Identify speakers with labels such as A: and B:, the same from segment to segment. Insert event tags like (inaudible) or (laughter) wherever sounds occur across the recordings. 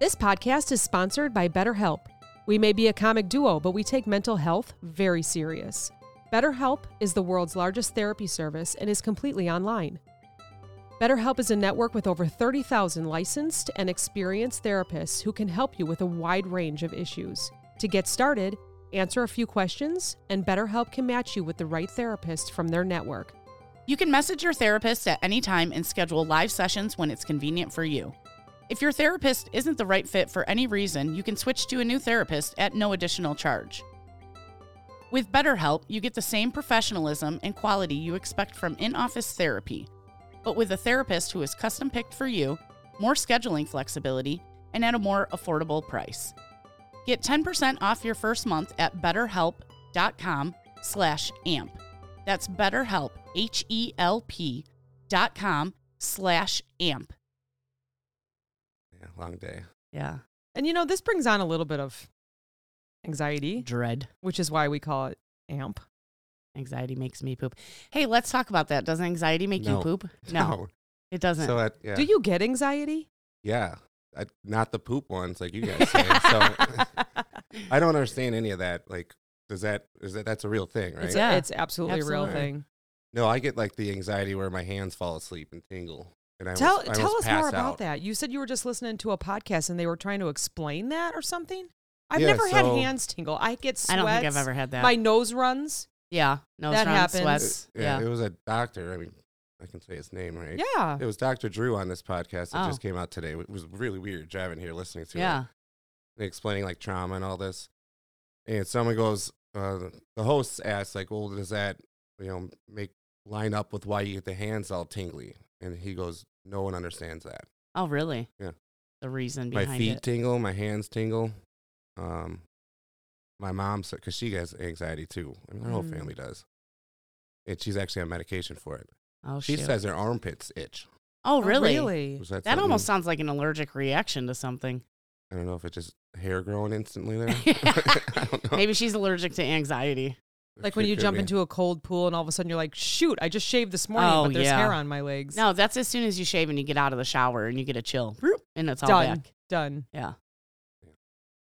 A: This podcast is sponsored by BetterHelp. We may be a comic duo, but we take mental health very serious. BetterHelp is the world's largest therapy service and is completely online. BetterHelp is a network with over 30,000 licensed and experienced therapists who can help you with a wide range of issues. To get started, answer a few questions, and BetterHelp can match you with the right therapist from their network.
B: You can message your therapist at any time and schedule live sessions when it's convenient for you. If your therapist isn't the right fit for any reason, you can switch to a new therapist at no additional charge. With BetterHelp, you get the same professionalism and quality you expect from in office therapy, but with a therapist who is custom picked for you, more scheduling flexibility, and at a more affordable price. Get 10% off your first month at betterhelp.com slash amp. That's betterhelp, H-E-L-P dot com slash amp.
C: Yeah, long day. (laughs)
B: Yeah.
A: And you know, this brings on a little bit of anxiety,
B: Dread.
A: which is why we call it AMP.
B: Anxiety makes me poop. Hey, let's talk about that. Does anxiety make you
C: No. (laughs)
B: poop? No, it doesn't.
C: So that yeah,
A: Do you get anxiety?
C: yeah, I, not the poop
A: (laughs)
C: ones like you guys say.
B: (laughs)
C: so I don't understand any of that. Like, does that is that that's a real thing, right?
A: It's,
B: Yeah.
A: it's absolutely, a real
B: Absolutely.
A: thing.
C: no, I get like the anxiety where my hands fall asleep and tingle, and I
A: Tell,
C: almost- I
A: tell
C: almost
A: us more
C: pass
A: about
C: out.
A: that. You said you were just listening to a podcast and they were trying to explain that or something. I've
C: Yeah,
A: never had
C: so-
A: hands tingle. I get
B: I
A: sweats.
B: don't think I've ever had that.
A: My nose runs.
B: yeah, no
A: That
B: strong
A: happens.
B: sweats.
C: It- Uh, yeah, it was a doctor. I mean, I can say his name, right?
A: Yeah.
C: It was Dr. Drew on this podcast that
B: Oh.
C: just came out today. It was really weird driving here listening to
B: yeah.
C: it and explaining like trauma and all this. And someone goes, uh, the host asks, like, well, does that, you know, make line up with why you get the hands all tingly? And he goes, no one understands that.
B: Oh, really?
C: Yeah.
B: The reason behind
C: my feet
B: it.
C: tingle, my hands tingle. Um, my mom, because she has anxiety too. I mean, her whole
B: Mm.
C: family does. And she's actually on medication for it.
B: Oh,
C: She
B: shoot.
C: says her armpits itch.
B: Oh,
A: Oh,
B: really?
A: really?
C: Was that,
B: That
C: something-
B: almost sounds like an allergic reaction to something.
C: I don't know if it's just hair growing
B: (laughs)
C: instantly there. (laughs) I don't know.
B: Maybe she's allergic to anxiety.
A: Like when
C: It (laughs)
A: you
C: could
A: jump
C: be.
A: into a cold pool and all of a sudden you're like, shoot, I just shaved this morning,
B: Oh,
A: but there's
B: yeah.
A: hair on my legs.
B: No, that's as soon as you shave and you get out of the shower and you get a chill, Broop, and it's all
A: Done.
B: back.
C: (laughs)
A: Done.
B: Yeah.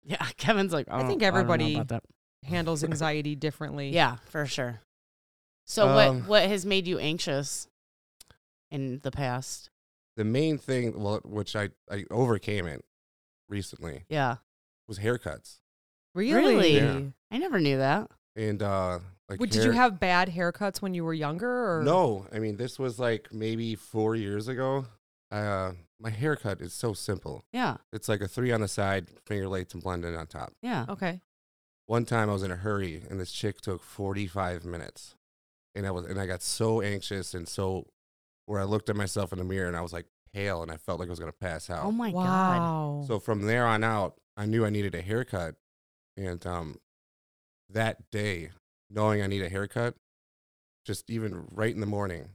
B: Yeah, (laughs) Kevin's like, "Oh, I,
A: think
B: think everybody
A: everybody-
B: about that.
A: Handles anxiety differently.
B: Yeah, for sure. So
C: Um,
B: what what has made you anxious in the past?
C: the main thing, well, which I, I overcame it recently,
B: Yeah,
C: was haircuts.
A: Really?
B: Really?
C: Yeah.
B: I never knew that.
C: And uh, like,
A: Wait, Did you
C: hair-
A: have bad haircuts when you were younger? Or?
C: No, I mean this was like maybe four years ago. Uh, my haircut is so simple.
B: Yeah,
C: It's like a three on the side, finger lengths, and blended on top.
B: yeah.
A: Okay.
C: One time I was in a hurry, and this chick took forty five minutes, and I was and I got so anxious and so where I looked at myself in the mirror and I was like pale and I felt like I was gonna pass out.
B: Oh my god.
A: wow.
C: So from there on out, I knew I needed a haircut. And um, that day, knowing I need a haircut, just even right in the morning,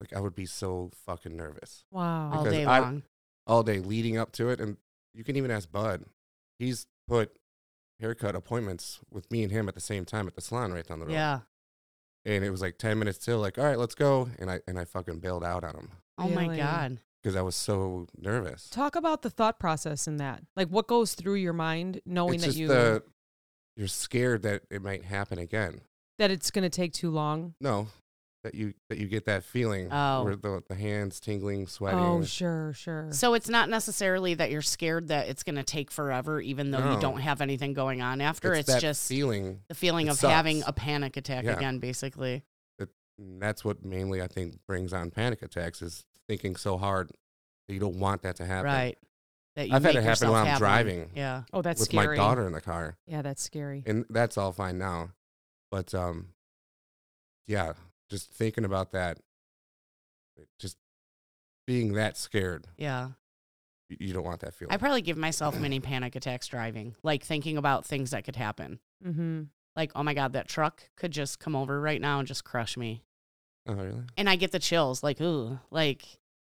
C: like I would be so fucking nervous
A: wow.
B: All
C: Because
B: day
C: I-
B: long.
C: all day leading up to it. And you can even ask Bud. He's put haircut appointments with me and him at the same time at the salon right down the road.
B: yeah.
C: And it was like 10 minutes till, like, all right, let's go. And I, and I fucking bailed out on him
B: Oh my
A: Really?
B: god.
C: because I was so nervous.
A: Talk about the thought process in that. Like what goes through your mind knowing
C: it's
A: that
C: just
A: you
C: the, you're scared that it might happen again.
A: that it's going to take too long.
C: No, that you that you get that feeling
B: Oh.
C: where the, the hands tingling, sweating.
A: Oh, sure, sure.
B: So it's not necessarily that you're scared that it's going to take forever, even though you
C: No.
B: don't have anything going on after. It's,
C: that
B: just
C: feeling.
B: the feeling
C: it
B: of having
C: sucks.
B: a panic attack
C: Yeah.
B: again, basically.
C: And that's what mainly I think brings on panic attacks is thinking so hard that you don't want that to happen.
B: Right. That
C: I've had
B: make
C: it happen
B: yourself
C: while I'm
B: have one.
C: driving.
B: Yeah.
A: oh, that's
C: with
A: scary.
C: my daughter in the car,
A: Yeah, that's scary.
C: and that's all fine now. But um, yeah, just thinking about that, it- just being that scared,
B: Yeah.
C: y- you don't want that feeling.
B: I probably give myself many panic attacks driving, like thinking about things that could happen.
A: mm-hmm.
B: Like, oh my God, that truck could just come over right now and just crush me.
C: oh really?
B: And I get the chills, like, ooh, like,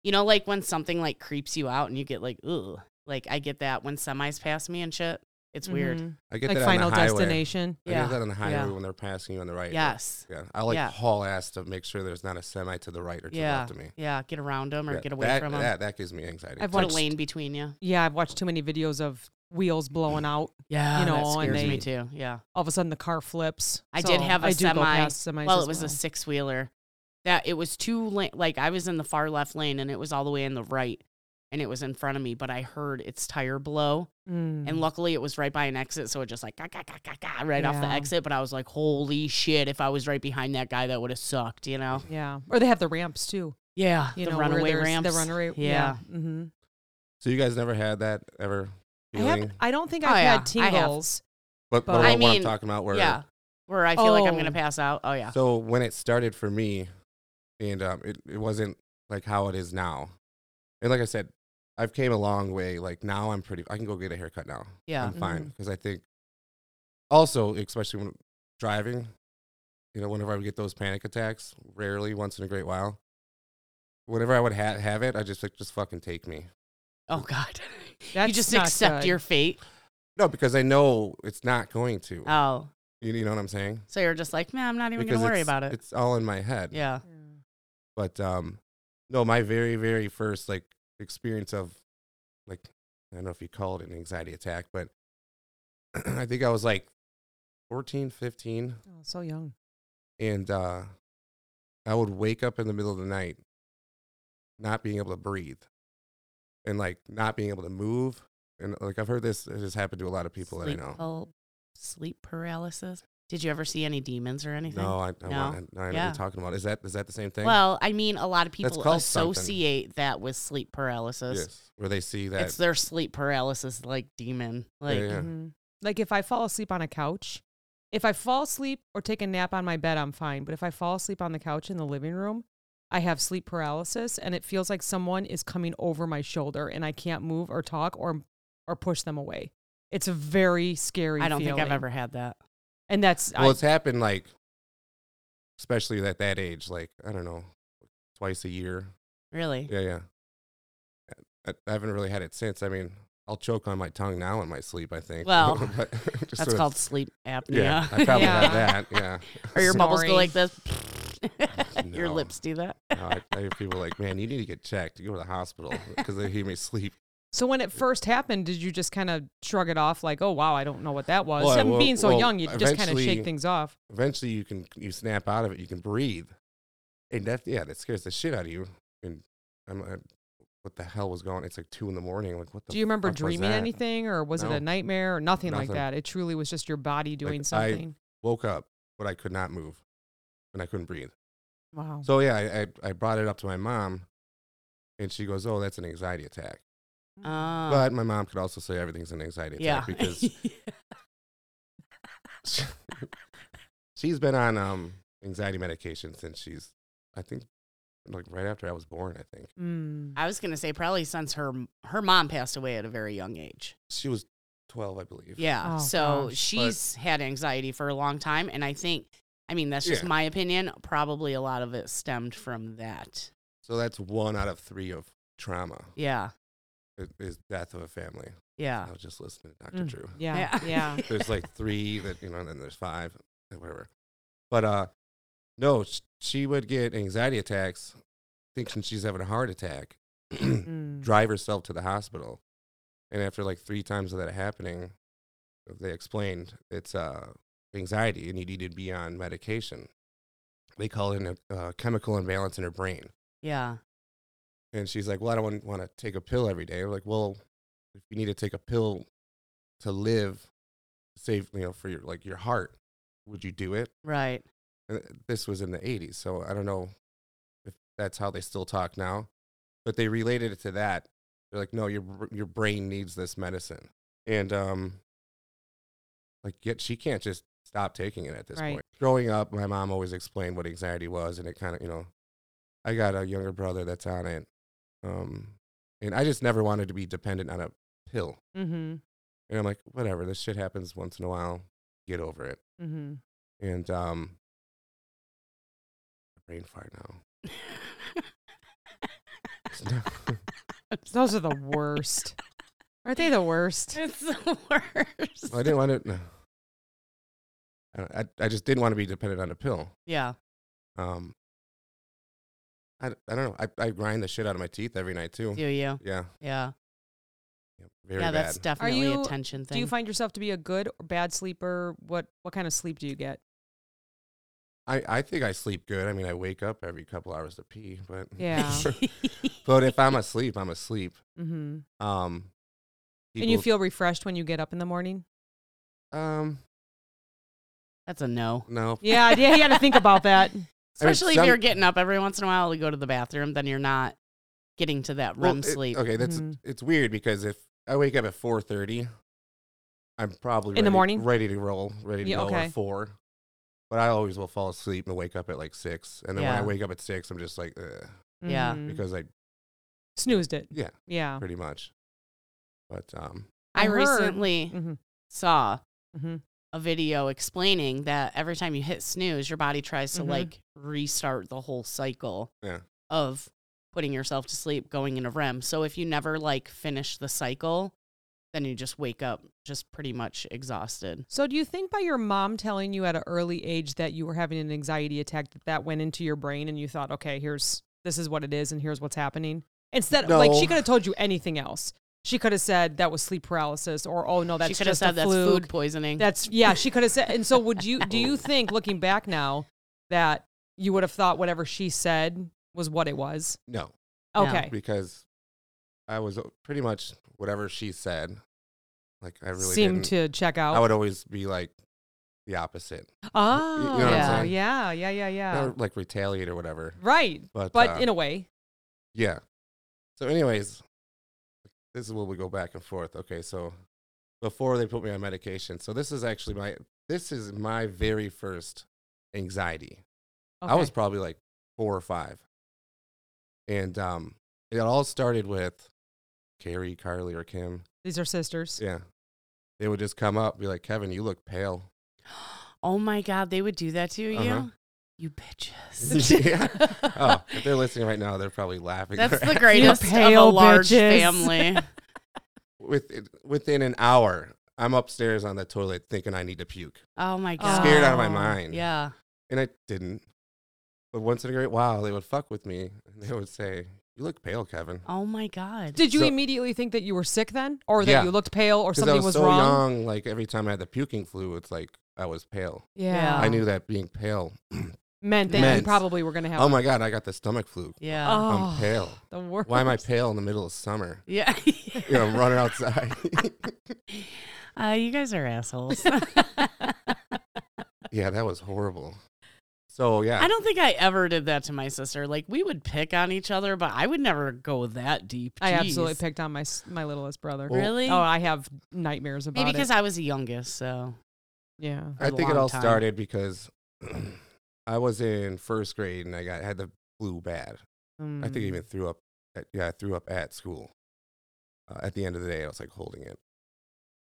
B: you know, like when something like creeps you out and you get like, ooh, like I get that when semis pass me and shit. It's weird.
A: Mhm.
C: I get
A: Like
C: that
A: Final
C: on the highway.
A: Destination.
C: I
B: Yeah.
C: get that on the highway
B: Yeah.
C: when they're passing you on the right.
B: Yes.
C: Yeah. I like
B: Yeah.
C: haul ass to make sure there's not a semi to the right or to the
B: Yeah.
C: left of me.
B: Yeah. Get around them or
C: Yeah,
B: get away
C: that,
B: from them.
C: That, that gives me anxiety.
A: I've
B: Put a
A: watched-
B: lane between you.
A: Yeah, I've watched too many videos of wheels blowing out.
B: Yeah. You know, that
A: know, and
B: scares me
A: they-
B: too. Yeah.
A: All of a sudden, the car flips.
B: I did have a
A: a
B: semi-
A: semis
B: Well,
A: as
B: it was a six wheeler. That it was two lane. Like I was in the far left lane and it was all the way in the right, and it was in front of me. But I heard its tire blow,
A: Mm.
B: and luckily it was right by an exit, so it just like "Gah, gah, gah, gah, gah," right off the
A: Yeah.
B: exit. But I was like, holy shit! If I was right behind that guy, that would have sucked. You know?
A: yeah, or they have the ramps too.
B: Yeah.
A: You
B: the
A: know, where
B: runaway
A: there's
B: ramps.
A: The runaway.
B: Yeah.
A: Mm-hmm.
C: so you guys never had that ever?
A: I
C: Feeling?
A: have. I don't think
B: Oh,
A: I've
B: yeah,
A: had
B: I have.
A: tingles.
C: but
A: but-
C: but
B: I
C: what
B: mean,
C: I'm talking about where
B: yeah. Where I feel like I'm gonna
A: Oh.
B: pass out. Oh yeah.
C: So when it started for me, and um, it, it wasn't like how it is now. And like I said, I've came a long way. Like now I'm pretty, I can go get a haircut now.
B: Yeah.
C: I'm fine.
B: Mm-hmm.
C: Because I think also, especially when driving, you know, whenever I would get those panic attacks, rarely, once in a great while, whenever I would ha- have it, I just like, just fucking take me.
B: Oh god. (laughs)
A: That's
B: you just
A: not
B: accept
A: good.
B: your fate.
C: No, because I know it's not going to.
B: Oh.
C: You, you know what I'm saying?
B: So you're just like, man, I'm not even
C: because
B: gonna worry
C: it's-
B: about it.
C: It's all in my head.
B: Yeah.
C: but um no my very very first like experience of like i don't know if you call it an anxiety attack but (clears throat) i think i was like 14 15
A: Oh, so young.
C: and uh i would wake up in the middle of the night not being able to breathe and like not being able to move and uh, like i've heard this it has happened to a lot of people
B: sleep
C: that i know
B: pal- sleep paralysis. Did you ever see any demons or anything?
C: no i, I,
B: No.
C: Want, I, I know what
B: Yeah.
C: you're talking about is that is that the same thing
B: Well, I mean, a lot of people
C: called something.
B: associate that with sleep paralysis.
C: yes where they see that
B: It's their sleep paralysis, like demon. Like,
C: Yeah.
A: Mhm. Like if I fall asleep on a couch, if I fall asleep or take a nap on my bed, I'm fine. But if I fall asleep on the couch in the living room, I have sleep paralysis, and it feels like someone is coming over my shoulder, and I can't move or talk or or push them away. It's a very scary.
B: I don't think I've
A: feeling.
B: ever had that.
A: And that's
C: Well,
A: I,
C: it's happened like, especially at that age, like I don't know, twice a year.
B: Really?
C: Yeah, yeah. I, I haven't really had it since. I mean, I'll choke on my tongue now in my sleep. I think. (laughs)
B: Well,
C: But- just
B: That's
C: so-
B: called sleep apnea.
C: Yeah,
B: (laughs)
C: I probably
A: Yeah.
C: have that. Yeah.
B: or your bubbles go
A: Snoring.
B: like
C: (laughs)
B: this. your
C: No.
B: lips do that. (laughs)
C: No, I, I hear people like, man, you need to get checked. You go to the hospital because they hear me sleep.
A: so. When it first happened, did you just kind of shrug it off, like, "Oh wow, I don't know what that was."
C: Well,
A: and
C: well,
A: being so
C: well,
A: young, you just kind of shake
C: eventually-
A: things off.
C: Eventually, you can you snap out of it. You can breathe, and that yeah, that scares the shit out of you. And I'm. I, what the hell was going? It's like two in the morning. Like what the?
A: Do you remember
C: fuck was
A: dreaming
C: that?
A: anything, or was it
C: No.
A: a nightmare, or nothing, like
C: Nothing.
A: that? It truly was just your body doing
C: I-
A: something.
C: woke up, but I could not move and I couldn't breathe.
A: wow.
C: So, yeah, I, I, I brought it up to my mom and she goes, Oh, that's an anxiety attack.
B: Um,
C: but my mom could also say everything's an anxiety
A: (laughs)
B: yeah.
C: attack because (laughs) she's been on um, anxiety medication since she's, I think, like right after I was born, I think.
A: Mm.
B: (laughs) I was gonna say probably since her her mom passed away at a very young age.
C: She was 12, I believe.
B: Yeah.
A: Oh,
B: so
A: gosh. But-
B: she's had anxiety for a long time. And I think, I mean, that's just
C: Yeah.
B: my opinion. Probably a lot of it stemmed from that.
C: So, that's one out of three of trauma
B: Yeah.
C: i- is death of a family.
B: Yeah.
C: I was just listening to Dr.
A: Mm.
C: Drew.
A: Yeah, (laughs)
B: (coughs)
A: yeah.
C: there's like three that you know, and then there's five, and whatever. But uh, no, sh- she would get anxiety attacks, thinking she's having a heart attack, (clears throat)
A: Mm.
C: drive herself to the hospital, and after like three times of that happening, they explained it's uh anxiety, and you need to be on medication. They call it a uh, chemical imbalance in her brain,
B: (laughs) yeah.
C: and she's like, "Well, I don't want to take a pill every day." We're like, "Well, if you need to take a pill to live, save you know for your like your heart, would you do it?"
A: (laughs)
B: Right.
C: And th- Uh, this was in the '80s, so I don't know if that's how they still talk now, but they related it to that. They're like, "No, your br- your brain needs this medicine," and um, like yet she can't just stop taking it at this
A: Right.
C: point. Growing up, my mom always explained what anxiety was, and it kind of you know, I got a younger brother that's on it, um, and I just never wanted to be dependent on a pill.
A: Mm-hmm.
C: And I'm like, whatever, this shit happens once in a while. Get over it.
A: Mm-hmm.
C: And um, brain fart now. It's not-
A: Those are the worst. Aren't they the worst?
B: It's the worst.
C: Well, (laughs) I didn't want it. No. I, don't- I- I just didn't want to be dependent on a pill.
B: Yeah.
C: Um, I, d- I don't know. I, I grind the shit out of my teeth every night too.
B: Do you?
C: Yeah.
B: Yeah.
C: Yep, Very
B: yeah,
C: bad.
B: that's definitely
A: you-
B: a tension thing.
A: Do you find yourself to be a good or bad sleeper? What what kind of sleep do you get?
C: I, I think I sleep good. I mean, I wake up every couple hours to pee, but (laughs)
A: Yeah. (laughs)
C: but if I'm asleep, I'm asleep.
A: Mm-hmm.
C: Um,
A: And you
C: people-
A: feel refreshed when you get up in the morning?
C: um
B: (laughs) That's a no.
C: no.
A: Yeah, yeah, you got to think about that.
B: Especially if
C: some-
B: you're getting up every once in a while to go to the bathroom, then you're not getting to that
C: Well,
B: REM
C: it-
B: sleep.
C: okay, that's
A: Mhm.
C: it's weird because if I wake up at four thirty, I'm probably
A: In the
C: ready-
A: morning?
C: ready to roll, ready to
A: Yeah,
C: go
A: okay.
C: at four. But I always will fall asleep and wake up at like six, and then when
B: Yeah.
C: I wake up at six, I'm just like Ugh,
B: Yeah.
A: Mhm.
C: because I
A: snoozed it.
C: yeah
A: Yeah.
C: pretty much. But um
B: I,
A: I heard-
B: recently
A: Mm-hmm.
B: saw
A: Mhm.
B: a video explaining that every time you hit snooze, your body tries to
A: Mhm.
B: like restart the whole cycle
C: Yeah.
B: of putting yourself to sleep, going into REM. So if you never like finish the cycle, then you just wake up just pretty much exhausted.
A: So, do you think by your mom telling you at an early age that you were having an anxiety attack that that went into your brain and you thought, okay, here's this is what it is and here's what's happening? Instead, like
C: No.
A: she could have told you anything else. She could have said that was sleep paralysis or oh no, that's
B: she could have
A: just
B: said
A: a
B: that's
A: fluke.
B: food poisoning. Oh.
A: That's yeah, she could have said. And so, would
B: (laughs)
A: you do you think looking back now that you would have thought whatever she said was what it was?
C: no,
B: No.
A: Okay,
C: because I was uh, pretty much whatever she said. Like I really
A: seemed to
C: didn't-
A: check out.
C: I would always be like the opposite,
A: oh,
C: know what I'm
A: yeah.
C: saying?
A: yeah, yeah, yeah, yeah.
C: Not, like retaliate or whatever.
A: Right,
C: But
A: Oh. but
C: uh,
A: in a way,
C: Yeah. So, anyways, this is where we go back and forth. Okay, so before they put me on medication, so this is actually my this is my very first anxiety. I was
A: Okay.
C: probably like four or five, and um, it all started with Carrie, Carly, or Kim.
A: These are sisters.
C: Yeah, they would just come up, be like, "Kevin, you look pale." (laughs)
B: oh my God, they would do that to you?
C: Uh-huh.
B: You
C: (laughs)
B: (laughs) bitches.
C: Yeah. Oh, if they're listening right now, they're probably laughing.
B: That's
C: their
B: the
C: ass-
B: greatest of a
A: pale
B: large
A: bitches. (laughs)
B: family.
C: (laughs) With, within an hour, I'm upstairs on the toilet thinking I need to puke.
B: Oh my God.
C: scared out of my
A: Oh,
C: mind.
B: Yeah.
C: And I didn't. But once in a great while, they would fuck with me and they would say, You look pale, Kevin.
B: Oh my God.
A: Did you
C: So-
A: immediately think that you were sick then, or that
C: Yeah.
A: you looked pale, or
C: Because I
A: something
C: was,
A: was
C: so
A: wrong?
C: young, like every time I had the puking flu, it's like I was pale.
A: Yeah,
C: I knew that being pale.
A: meant that you
C: Meant.
A: probably were going to have.
C: Oh my God, I got the stomach flu.
B: Yeah.
A: Oh,
C: I'm pale.
A: (laughs) The worst.
C: Why am I pale in the middle of summer?
B: Yeah. (laughs)
C: You know, I'm running outside. (laughs)
B: uh, you guys are assholes.
C: yeah, that was horrible. So,
B: (laughs)
C: yeah.
B: I don't think I ever did that to my sister. Like we would pick on each other, but I would never go that deep.
A: I absolutely
B: Jeez.
A: picked on my s- my littlest brother.
C: Well,
B: Really?
A: Oh, I have nightmares about
B: Maybe because
A: it.
B: I was the youngest, so
A: yeah.
C: I
B: a
C: think it
B: long
C: all
B: time.
C: started because (clears throat) I was in first grade and I got had the flu bad. I think I
A: Mm.
C: even threw up. At, yeah, I threw up at school. Uh, at the end of the day, I was like holding it,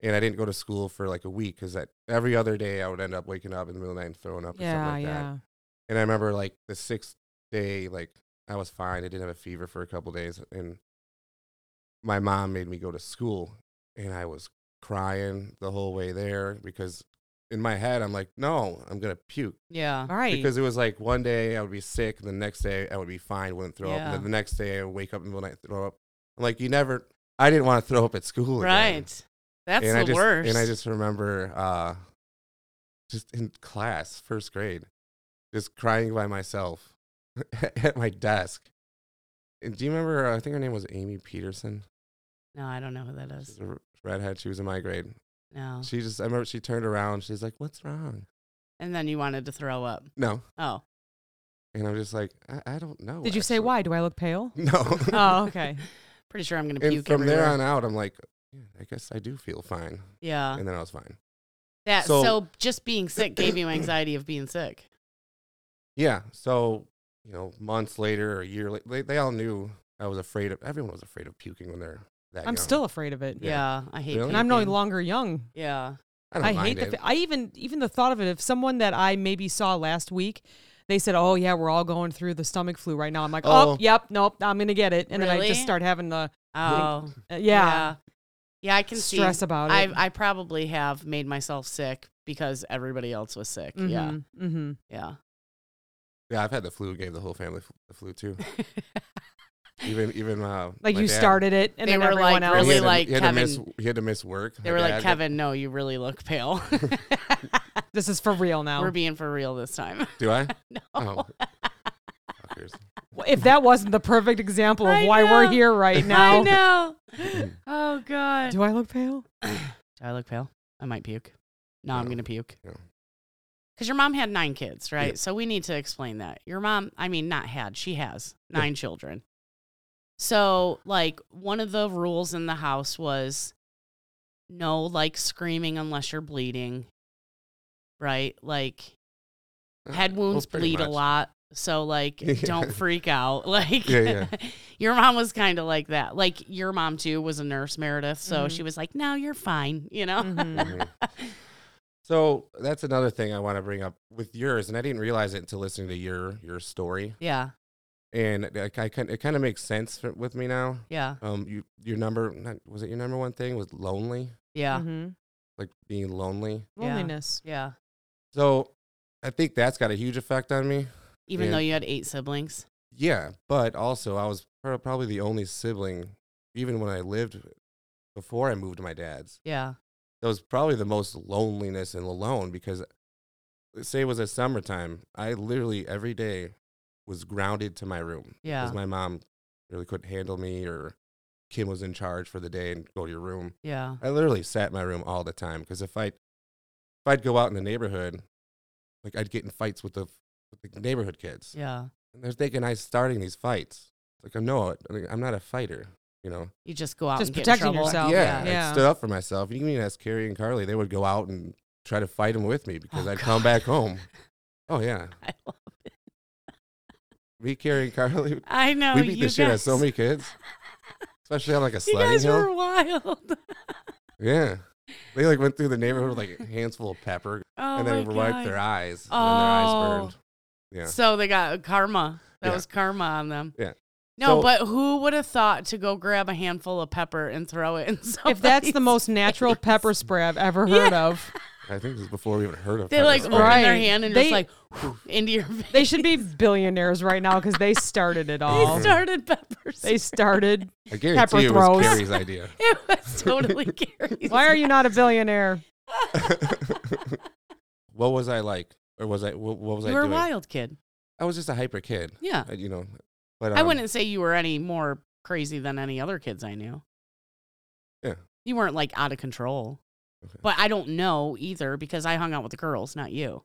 C: and I didn't go to school for like a week because that every other day I would end up waking up in the middle of the night and throwing up. or
A: Yeah,
C: something like
A: yeah.
C: That. And I remember like the sixth day, like I was fine. I didn't have a fever for a couple days, and my mom made me go to school, and I was crying the whole way there because in my head I'm like, no, I'm gonna puke
B: yeah.
A: All right.
C: because it was like one day I would be sick, and the next day I would be fine, wouldn't throw up,
B: Yeah.
C: and then the next day I would wake up in the middle of the night and throw up. I'm like, you never. I didn't want to throw up at school, again.
B: Right. That's
C: and
B: the
C: I just,
B: worst.
C: And I just remember, uh, just in class, first grade, just crying by myself (laughs) at my desk. And do you remember? uh, I think her name was Amy Peterson.
B: no, I don't know who that
C: She's (laughs)
B: is.
C: a redhead. She was in my grade.
B: No.
C: She just, I remember she turned around. She's like, "What's wrong?"
B: And then you wanted to throw up.
C: No,
B: Oh,
C: and I'm just like, I, I don't know.
A: Did you say
C: actually."
A: why? Do I look pale?
C: (laughs) No.
A: oh,
C: (laughs)
A: okay.
B: pretty sure I'm gonna
C: and
B: puke
C: from
B: everywhere.
C: there on out, I'm like, yeah, I guess I do feel fine.
A: Uh.
B: yeah.
C: and then I was fine.
B: That so,
C: so-
B: just being sick gave you anxiety of being sick.
C: Yeah. So, you know, months later or a year later, they, they all knew I was afraid of, everyone was afraid of puking when they're that
A: I'm
C: young.
A: still afraid of it.
B: Yeah,
C: Yeah.
B: I hate.
C: Really?
A: And I'm no
B: puking.
A: longer young.
B: Yeah.
C: I don't
A: I hate
C: mind
A: the.
C: it. (laughs)
A: fa- I even even the thought of it. If someone that I maybe saw last week, they said, "Oh yeah, we're all going through the stomach flu right now." I'm like, "Oh,
C: Oh.
A: yep, nope, I'm gonna get it," and then I
B: Really?
A: just start having the.
B: Oh.
A: uh, yeah.
B: yeah. Yeah, I can
A: stress
B: see.
A: about it.
B: I I probably have made myself sick because everybody else was sick. Yeah,
A: Mhm, mhm.
B: yeah.
A: oh.
C: Yeah, I've had the flu. Gave the whole family f- the
A: (laughs)
C: flu too. Even even uh,
A: Like
C: my
A: you
C: dad.
A: started it, and
B: They
A: then
B: were,
A: everyone
B: like,
C: And
A: else.
C: he
B: really,
C: had to-
B: like,
C: he had to miss
B: Kevin-
C: he had to miss work.
B: They
C: My
B: were
C: dad
B: like,
C: got-
B: Kevin, no, you really look pale. (laughs)
A: This is for real now.
B: We're being for real this time. (laughs)
A: (laughs)
C: Do I?
B: no.
C: Oh. Fuckers.
A: if that wasn't the perfect example of
B: I
A: why
B: know.
A: we're here right now.
B: I know. (laughs) Oh God. Do
A: Do I look
B: (laughs)
A: pale?
B: I look pale? I might puke. No, I'm
C: No.
B: gonna puke.
C: No.
B: Cause your mom had nine kids, right?
C: Yeah.
B: So we need to explain that. Your mom, I mean, not had, she has nine children. So, like, one of the rules in the house was no, like, screaming unless you're bleeding, right? Like,
C: Uh,
B: head
C: well,
B: wounds
C: pretty
B: bleed a
C: much.
B: lot so like
C: (laughs) Yeah.
B: don't freak out (laughs) like
C: Yeah,
B: (laughs) your mom was kind of like that like your mom too was a nurse meredith so
C: Mm-hmm.
A: Mhm.
B: she was like no you're fine you know
A: Mhm.
C: Mhm. So that's another thing I want to bring up with yours, and I didn't realize it until listening to your your story,
B: yeah
C: and I, I, kin- it kind of makes sense for, with me now.
B: yeah
C: Um, you your number not, was it your number one thing was lonely,
B: yeah
A: Mhm.
C: like being lonely.
B: Yeah. (laughs)
A: Loneliness.
B: yeah
C: So I think that's got a huge effect on me.
B: even
C: Yeah.
B: though you had eight siblings
C: Yeah, but also I was pro- probably the only sibling, even when I lived before I moved to my dad's.
B: yeah
C: that was probably the most loneliness and alone because say it was a summertime i literally every day was grounded to my room
B: yeah
C: my mom really couldn't handle me or kim was in charge for the day and go to your room
B: yeah
C: i literally sat in my room all the time because if i if i'd go out in the neighborhood like i'd get in fights with the with the neighborhood kids
B: yeah
C: and they're thinking i'm starting these fights like i'm no I mean, i'm not a fighter you know
B: you just go out
A: Just
B: and get in
A: protecting
B: trouble.
A: yourself. Oh,
C: yeah,
A: yeah.
C: I
A: Yeah.
C: stood up for myself. You can even ask Carrie and Carly; they would go out and try to fight him with me because
B: Oh,
C: I'd come
B: God.
C: back home. Oh yeah,
B: I love it.
C: me, Carrie, and Carly,
B: (laughs) I know.
C: we beat
B: Oh, you
C: the shit out of so
B: guys-
C: many kids, especially on like a
B: (laughs) You
C: sledding
B: guys (laughs)
C: hill.
B: were wild.
C: Yeah, they like went through the neighborhood with like a handful of pepper,
B: Oh
C: (laughs) and
B: my
C: then wiped
B: God.
C: their eyes, and then their eyes
B: Oh.
C: burned. Yeah,
B: So they got uh, karma. That
C: Yeah.
B: was karma on them.
C: Yeah.
B: No,
C: So-
B: but who would have thought to go grab a handful of pepper and throw it in (laughs)
A: If that's the
B: somebody's-
A: most natural pepper spray I've ever heard of,
C: I think this is before we even heard of.
B: they
C: pepper
B: like
C: spray.
B: open their
A: Right.
B: hand and
A: They-
B: just like (laughs) whew, into your face.
A: they should be billionaires right now because they started it all.
B: They started peppers.
A: They started.
C: I guarantee
A: pepper
C: it
A: throws.
C: was Carrie's idea.
B: (laughs) it was
C: (laughs)
B: totally Gary's.
A: Why are you not a billionaire?
C: what was I like, or was I? What, what was
B: You
C: I
B: were a
C: doing?
B: wild kid.
C: I was just a hyper kid.
B: Yeah.
C: uh, You know, but
B: I
C: um,
B: wouldn't say you were any more crazy than any other kids I knew.
C: Yeah.
B: You weren't like out of control.
C: Okay.
B: But I don't know either because I hung out with the girls, not you.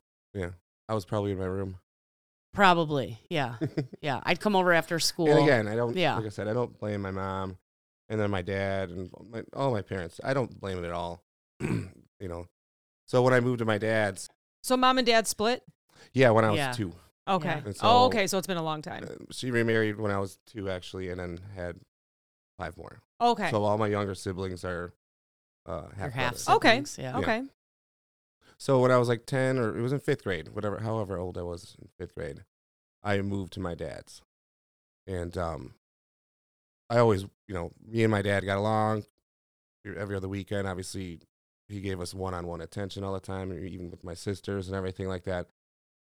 C: I was probably in my room.
B: Probably.
C: (laughs)
B: Yeah. Yeah. I'd come over after school.
C: And again, I don't.
B: Yeah.
C: Like I said, I don't blame my mom, and then my dad, and my, all my parents. I don't blame it at all. (clears throat) you know. So when I moved to my dad's,
A: So mom and dad split.
C: yeah, when I was
B: Yeah.
C: two,
A: Okay.
C: And
A: oh,
C: so-
A: okay. So it's been a long time.
C: Uh, she remarried when I was two actually, and then had five more.
A: Okay.
C: So all my younger siblings are uh, half.
B: Your half
C: brothers.
A: Oh. Okay.
B: siblings. Yeah.
A: okay.
C: So when I was like ten, or it was in fifth grade, whatever, however old I was in fifth grade, I moved to my dad's, and um, I always, you know, me and my dad got along. e, Every other weekend, obviously, he gave us one-on-one attention all the time, or even with my sisters and everything like that.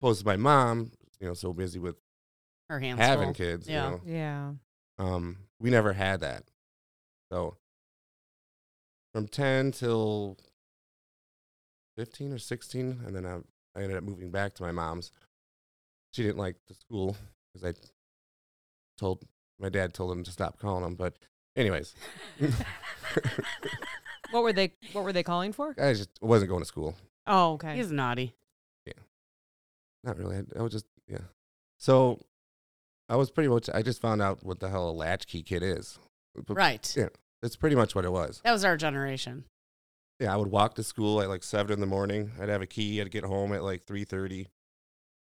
C: Opposed to my mom, you know, so busy with
B: Her hands
C: having
B: full.
C: kids,
B: Yeah.
C: you know,
A: Yeah.
C: um, we never had that. So from 10 till 15 or 16, and then I, I ended up moving back to my mom's. She didn't like the school because I told my dad told him to stop calling him. But anyways, (laughs)
B: (laughs)
A: What were they? What were they calling for?
C: I just wasn't going to school.
A: Oh, okay.
B: He's naughty.
C: Not really. I, I was just yeah. So I was pretty much I just found out what the hell a latchkey kid is. But
B: Right.
C: Yeah. That's pretty much what it was.
B: That was our generation.
C: Yeah, I would walk to school at like seven in the morning. I'd have a key. I'd get home at like three thirty.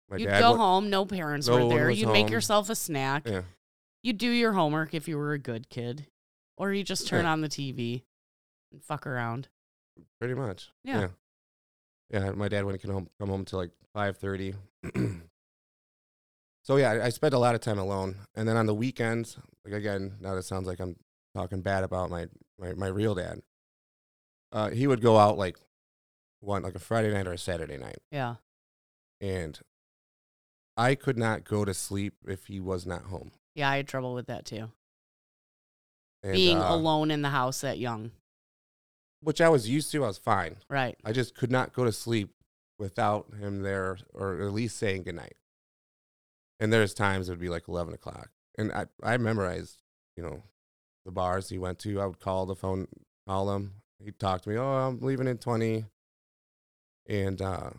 C: My
B: You'd go
C: would-
B: home, no parents
C: No
B: were
C: one
B: there.
C: was
B: You'd make
C: home.
B: yourself a snack.
C: Yeah,
B: You'd do your homework if you were a good kid. Or you just turn
C: Yeah.
B: on the TV and fuck around.
C: pretty much.
B: Yeah.
C: yeah. Yeah, my dad wouldn't come home come home till like five thirty. (clears throat) so yeah, I, I spent a lot of time alone, and then on the weekends, like again, now that sounds like I'm talking bad about my my, my real dad, uh, he would go out like one like a Friday night or a Saturday night,
B: Yeah.
C: and I could not go to sleep if he was not home.
B: Yeah, I had trouble with that too.
C: And,
B: Being
C: uh,
B: alone in the house that young.
C: which I was used to, I was fine.
B: Right.
C: I just could not go to sleep without him there or at least saying goodnight. And there's times it would be like 11 o'clock. And I, I memorized, you know, the bars he went to. I would call the phone, call him. He'd talk to me, oh, I'm leaving in 20. And uh,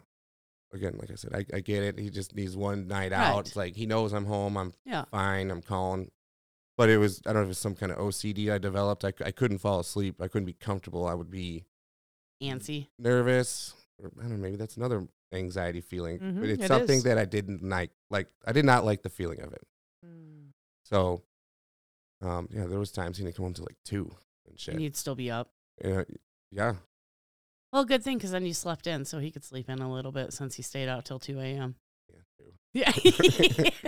C: again, like I said, I, I get it. He just needs one night
B: Right.
C: out. It's like he knows I'm home. I'm
B: Yeah.
C: fine. I'm calling. But it was, I don't know if it was some kind of OCD I developed. I, c- I couldn't fall asleep. I couldn't be comfortable. I would be Mm,
B: Antsy.
C: nervous. Or, I don't know. Maybe that's another anxiety feeling,
A: Mhm,
C: but it's
A: it
C: something
A: is.
C: that I didn't like. Like I did not like the feeling of it. So, um, yeah, there was times he didn't come home till like two and
B: And
C: shit.
B: you'd still be up.
C: Yeah, yeah,
B: Well, good thing because then you slept in, so he could sleep in a little bit since he stayed out till 2 a.m.
C: yeah, true.
B: (laughs) Yeah.
C: (laughs)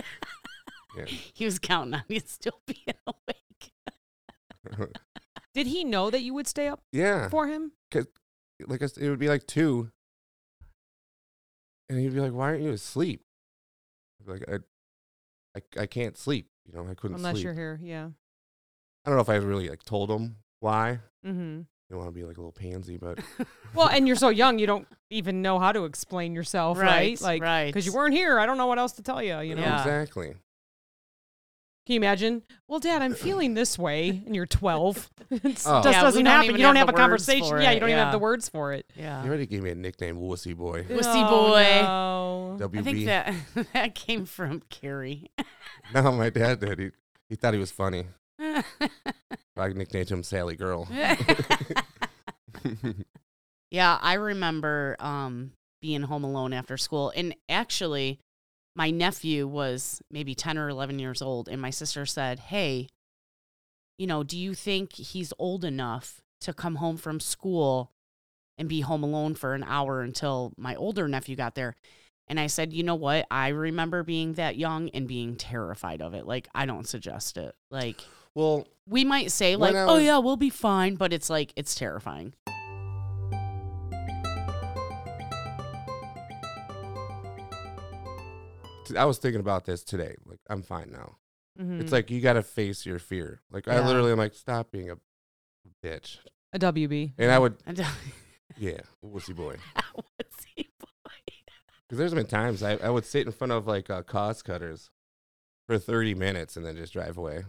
C: Yeah.
B: He was counting on you still being (laughs) awake.
A: Did he know that you would stay up
C: yeah.
A: for him?
C: Like I s- it would be like two, and he'd be like, "Why aren't you asleep?" I'd be Like I, I, I can't sleep. You know, I couldn't
A: Unless
C: sleep.
A: you're here, yeah.
C: I don't know if I really like told him why. I
A: Mm-hmm.
C: don't want to be like a little pansy, but
A: Well, and you're so young, you don't even know how to explain yourself, right?
B: Right,
A: Like,
B: right.
A: because you weren't here, I don't know what else to tell you. You know?
B: Yeah.
C: exactly.
A: Can you imagine? Well, Dad, I'm feeling this way, and you're 12. It just
C: Oh.
B: Yeah, we
A: doesn't
B: don't
A: happen.
B: even
A: You don't
B: have
A: have,
B: the
A: a
B: words
A: conversation.
B: for
A: Yeah,
B: it,
A: you don't even
B: yeah.
A: have the words for it.
C: You
B: Yeah.
C: already gave me a nickname, Wussy Boy.
B: Wussy
A: Oh,
B: boy.
A: no.
C: WB.
B: I think that (laughs) that came from Carrie. (laughs)
C: (laughs) no, my dad did. He, he thought he was funny. I nicknamed him Sally Girl.
B: Yeah, I remember um, being home alone after school. And actually, my nephew was maybe 10 or 11 years old. And my sister said, Hey, you know, do you think he's old enough to come home from school and be home alone for an hour until my older nephew got there? And I said, You know what? I remember being that young and being terrified of it. Like, I don't suggest it. Like,
C: (laughs) well,
B: we might say,
C: When
B: like,
C: I
B: Oh,
C: was-
B: yeah, we'll be fine. But it's like, it's terrifying. (laughs)
C: t- I was thinking about this today. Like, I'm fine now.
A: Mhm.
C: It's like you got to face your fear. Like, I
B: Mm. Yeah.
C: literally am like, stop being a bitch.
A: a WB.
C: And I would,
B: And, uh,
C: yeah, Wussy Boy.
B: what's he-
C: Because there's been times I, I would sit in front of like uh, cost cutters for 30 minutes and then just drive away.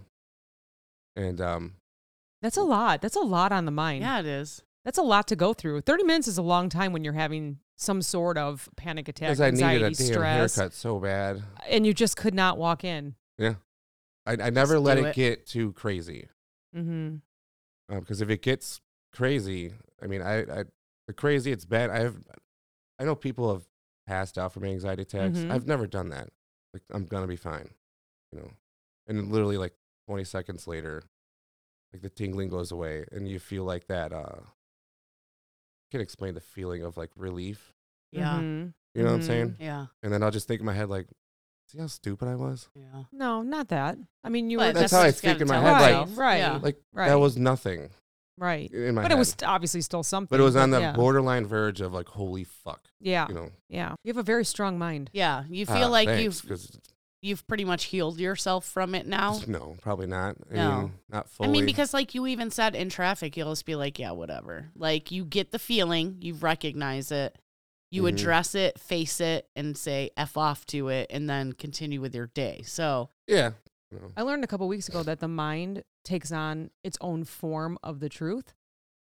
C: And um,
A: That's a lot. That's a lot on the mind.
B: Yeah, it is.
A: That's a lot to go through. 30 minutes is a long time when you're having some sort of panic attack,
C: because I needed
A: anxiety,
C: a damn
A: stress,
C: haircut so bad.
A: and you just could not walk in.
C: I, I never
B: Just
C: let
B: do
C: it,
B: it.
C: get too crazy
A: Mm-hmm.
C: because Um, if it gets crazy, I mean, I, I the crazy it's bad. I have, I know people have passed out from anxiety attacks.
A: Mhm.
C: I've never done that. Like I'm gonna be fine, you know. And literally like 20 seconds later, like the tingling goes away, and you feel like that. Uh, can explain the feeling of like relief.
A: Mm-hmm.
B: Yeah.
C: You know what
A: Mhm.
C: I'm saying?
B: Yeah.
C: And then I'll just think in my head like, see how stupid I was.
B: Yeah.
A: No, not that. I mean, you
B: But
A: were
C: That's
A: just,
C: how
B: what
C: I
B: you just
C: think
B: gotta
C: in my
B: tell
C: head,
A: right,
B: yourself.
A: right.
B: Yeah.
C: Like
A: Uh, Right.
C: that was nothing
A: right.
C: in my
A: But
C: head.
A: it was obviously still something.
C: but it was on the
A: yeah. Uh,
C: borderline verge of like, holy fuck,
A: Yeah,
C: you know.
A: yeah. You have a very strong mind.
B: Yeah. You
C: Ah,
B: feel like you've
C: because
B: you've pretty much healed yourself from it now.
C: no, probably not. I
B: No.
C: mean, not
B: I
C: fully.
B: mean, because like you even said in traffic, you'll just be like, yeah, whatever. Like you get the feeling, you recognize it, you
C: Mhm.
B: address it, face it, and say f off to it, and then continue with your day. So
C: yeah, no.
A: I learned a couple weeks ago that the mind takes on its own form of the truth.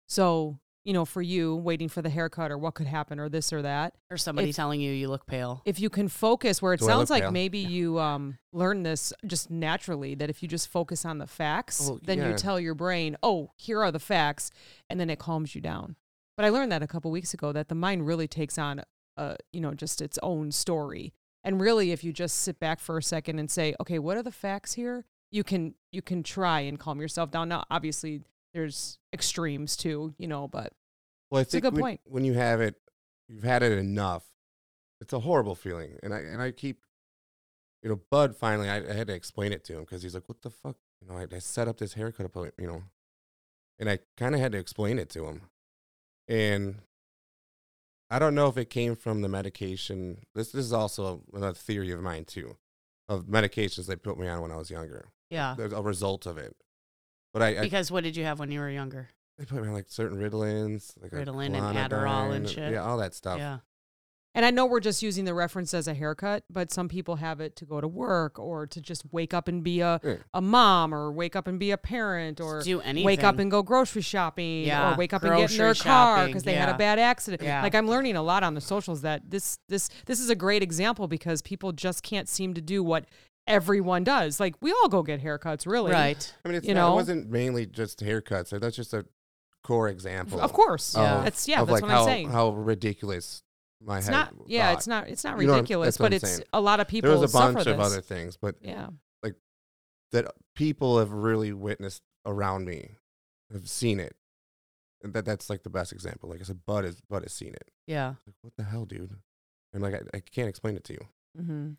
A: So, you know, for you waiting for the haircut or what could happen or this or that,
B: or somebody
A: If-
B: telling you you look pale.
A: if you can focus where it
C: Do I
A: sounds
C: look
A: like
C: pale?
A: maybe you um learn this just naturally that if you just focus on the facts,
C: Well,
A: then you
C: Oh, yeah.
A: tell your brain, "Oh, here are the facts," and then it calms you down. But I learned that a couple weeks ago that the mind really takes on uh, you know, just its own story. And really if you just sit back for a second and say, "Okay, what are the facts here?" you can you can try and calm yourself down. Now, obviously, there's extremes too, you know, but
C: well, I
A: a
C: think
A: good
C: when,
A: point.
C: when you have it, you've had it enough. It's a horrible feeling, and I and I keep, you know, Bud. Finally, I, I had to explain it to him because he's like, "What the fuck?" You know, I, I set up this haircut appointment, you know, and I kind of had to explain it to him, And I don't know if it came from the medication. This, this is also a theory of mine, too, of medications they put me on when I was younger.
B: Yeah.
C: There's a result of it. But I, I
B: Because what did you have when you were younger?
C: they put me on like certain Ritalins, like a
B: Ritalin and Adderall and
C: Clonidine,
B: shit.
C: Yeah, all that stuff.
B: Yeah.
A: And I know we're just using the reference as a haircut, but some people have it to go to work or to just wake up and be a,
C: Yeah.
A: a mom or wake up and be a parent or
B: do anything.
A: wake up and go grocery shopping
B: Yeah,
A: or wake up and get in their
B: grocery
A: car
B: shopping,
A: because they had
B: yeah.
A: a bad accident.
B: Yeah.
A: Like I'm learning a lot on the socials that this this this is a great example because people just can't seem to do what everyone does. Like we all go get haircuts, really.
B: right.
C: I mean, it's
A: You
C: not,
A: know?
C: it wasn't mainly just haircuts. so That's just a core example.
A: Of course.
B: Yeah.
C: of-
A: That's yeah,
C: of
A: that's
C: like
A: what
C: how,
A: I'm saying.
C: How ridiculous my
A: it's
C: head.
A: not yeah,
C: thought.
A: it's not it's not
C: You know what I'm-
A: ridiculous,
C: that's
A: but
C: what I'm
A: it's
C: saying.
A: a lot of people
C: There was a
A: suffer
C: bunch of
A: this.
C: other things, but
A: yeah.
C: that people have really witnessed around me, have seen it. And that that's like the best example. Like I said, Bud is Bud has seen it.
B: Yeah.
C: Like, what the hell, dude? And like I, I can't explain it to you.
A: Mm-hmm.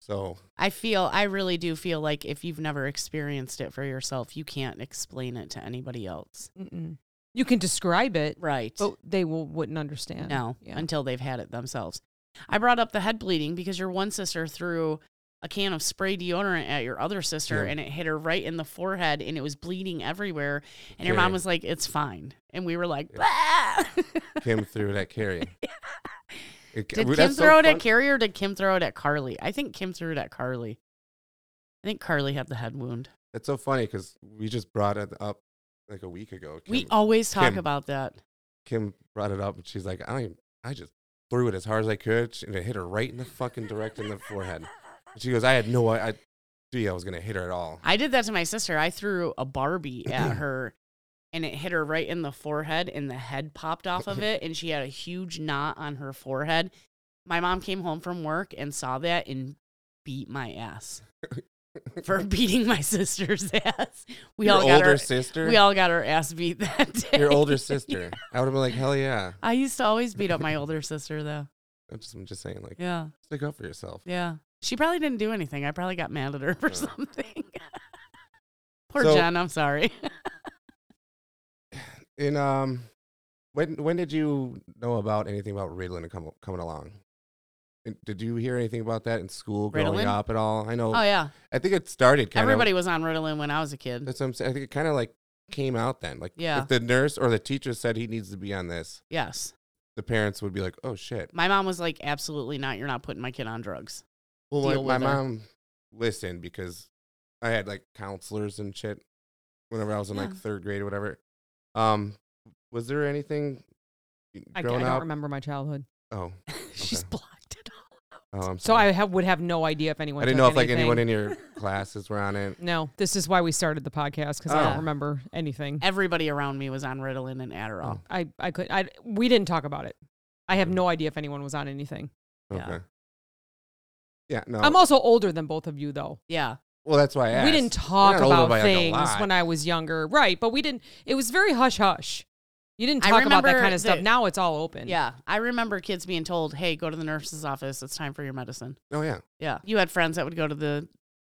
C: So
B: I feel, I really do feel like if you've never experienced it for yourself, you can't explain it to anybody else.
A: Mm-mm. You can describe it,
B: Right.
A: but they will, wouldn't understand.
B: no,
A: Yeah.
B: until they've had it themselves. I brought up the head bleeding because your one sister threw a can of spray deodorant at your other sister
C: Yeah.
B: and it hit her right in the forehead and it was bleeding everywhere. And your mom
C: Okay.
B: was like, it's fine. And we were like, "Ah!" (laughs)
C: Kim threw it at Carrie. It-
B: Did
C: we-
B: Kim
C: that's so
B: throw it
C: fun-
B: at Carrie or did Kim throw it at Carly? I think Kim threw it at Carly. I think Carly had the head wound.
C: That's so funny because we just brought it up like a week ago. Kim,
B: We always talk
C: Kim.
B: about that.
C: Kim brought it up and she's like, I I just threw it as hard as I could sh- and it hit her right in the fucking direct in the forehead. And she goes, I had no I, I idea I was gonna hit her at all.
B: I did that to my sister. I threw a Barbie at
C: (clears throat)
B: her and it hit her right in the forehead and the head popped off
C: (laughs)
B: of it and she had a huge knot on her forehead. My mom came home from work and saw that and beat my
C: (laughs)
B: ass for beating my sister's (laughs) ass. We
C: Your
B: all got
C: older
B: our
C: sister.
B: we all got our ass beat that day. (laughs)
C: your older sister. I would have been like, hell yeah.
B: I used to always beat
C: (laughs)
B: up my older sister though.
C: I'm just, I'm just saying, like,
B: Yeah.
C: stick up for yourself.
B: Yeah. She probably didn't do anything. I probably got mad at her (laughs) for
C: Yeah.
B: something. Poor
C: So-
B: Jen, I'm sorry. (laughs)
C: And um, when when did you know about anything about Ritalin come, coming along? And did you hear anything about that in school growing
B: Ritalin?
C: up at all? I know.
B: Oh yeah.
C: I think it started kind
B: Everybody was on Ritalin when I was a
C: of.
B: kid.
C: That's what I'm saying. I think it kind of like came out then. Like,
B: Yeah.
C: if the nurse or the teacher said he needs to be on this,
B: Yes.
C: the parents would be like, "Oh shit."
B: My mom was like, absolutely not. You're not putting my kid on drugs. (laughs)
C: Well, my,
B: deal
C: my
B: with her.
C: mom listened because I had like counselors and shit whenever I was in like
B: Yeah.
C: third grade or whatever. Um, was there anything
A: I, I
C: growing
A: don't
C: up?
A: remember my childhood,
C: Oh,
B: She's
C: Okay.
B: blocked it all.
C: oh, I'm
A: so I
C: sorry.
A: have, would have no idea if anyone.
C: I didn't know
A: took
C: if like anyone
A: anything.
C: in your classes were
A: (laughs)
C: on it.
A: No, this is why we started the podcast because I
C: Oh.
A: don't remember anything.
B: Everybody around me was on Ritalin and
C: Hmm.
B: Adderall.
A: I, I could, I, we didn't talk about it. I have no idea if anyone was on anything.
C: Okay.
B: Yeah.
C: Yeah. no.
A: I'm also older than both of you, though.
B: Yeah.
C: well, that's why Oh. I asked.
A: We didn't
C: You're
A: talk
C: not older
A: about
C: by, like, a
A: things
C: lot.
A: when I was younger, right? But we didn't. It was very hush hush. You didn't
B: I
A: talk about that
B: remember
A: kind of stuff.
B: the-
A: Now it's all open.
B: Yeah. I remember kids being told, hey, go to the nurse's office. It's time for your medicine.
C: Oh yeah,
B: Yeah. You had friends that would go to the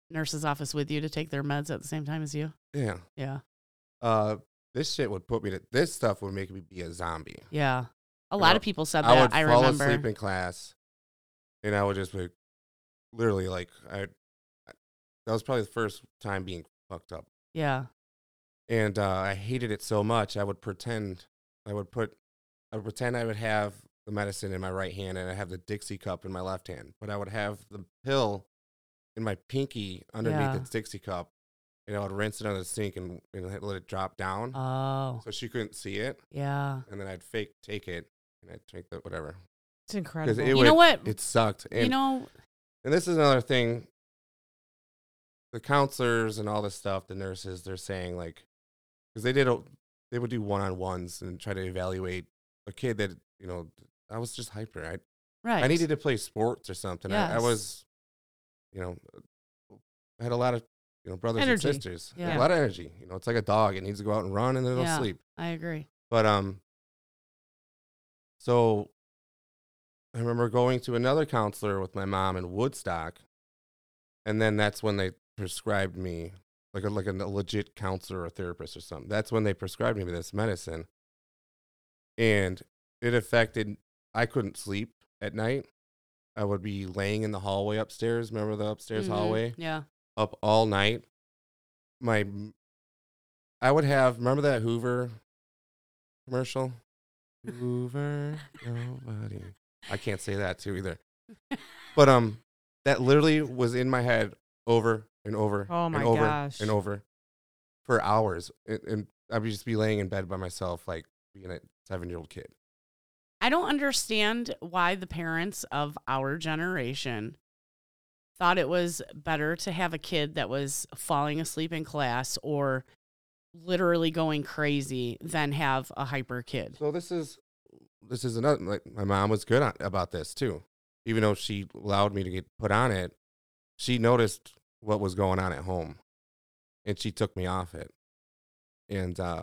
B: nurse's office with you to take their meds at the same time as you.
C: yeah.
B: Yeah.
C: Uh, this shit would put me to. This stuff would make me be a zombie.
B: Yeah. A
C: You
B: lot
C: know,
B: of people said that.
C: I
B: I,
C: would fall
B: remember.
C: asleep in class, and I would just be, literally like I. I- That was probably the first time being fucked up,
B: yeah.
C: and uh, I hated it so much. I would pretend. I would put. I would pretend I would have the medicine in my right hand, and I have the Dixie cup in my left hand, but I would have the pill in my pinky underneath
B: Yeah.
C: the Dixie cup, and I would rinse it under the sink and, and let it drop down,
B: Oh,
C: so she couldn't see it,
B: yeah.
C: and then I'd fake take it. And I'd drink the whatever.
A: it's incredible.
C: it
B: You
C: would-
B: know what?
C: It sucked. And
B: you know,
C: And this is another thing. The counselors and all this stuff, the nurses, they're saying like, because they did, a, they would do one on ones and try to evaluate a kid that you know I was just hyper. I
B: right.
C: I needed to play sports or something. I, I
B: Yes.
C: was, you know, I had a lot of you know brothers
A: Energy.
C: and sisters,
B: Yeah.
C: a lot of energy. You know, it's like a dog; it needs to go out and run and then it'll
B: Yeah.
C: sleep.
B: I agree.
C: But um, so I remember going to another counselor with my mom in Woodstock, and then that's when they prescribed me like a, like a legit counselor or therapist or something. That's when they prescribed me this medicine, and it affected. I couldn't sleep at night. I would be laying in the hallway upstairs. Remember the upstairs
B: Mhm.
C: hallway?
B: Yeah.
C: Up all night. My, I would have. Remember that Hoover commercial?
A: (laughs)
C: Hoover, nobody. I can't say that too either. But um, that literally was in my head over and over.
A: Oh my
C: and over
A: gosh.
C: And over for hours, and, and I would just be laying in bed by myself, like being a seven-year-old kid.
B: I don't understand why the parents of our generation thought it was better to have a kid that was falling asleep in class or literally going crazy than have a hyper kid.
C: So this is this is another. Like, my mom was good on, about this too, even though she allowed me to get put on it. She noticed what was going on at home, and she took me off it. And uh,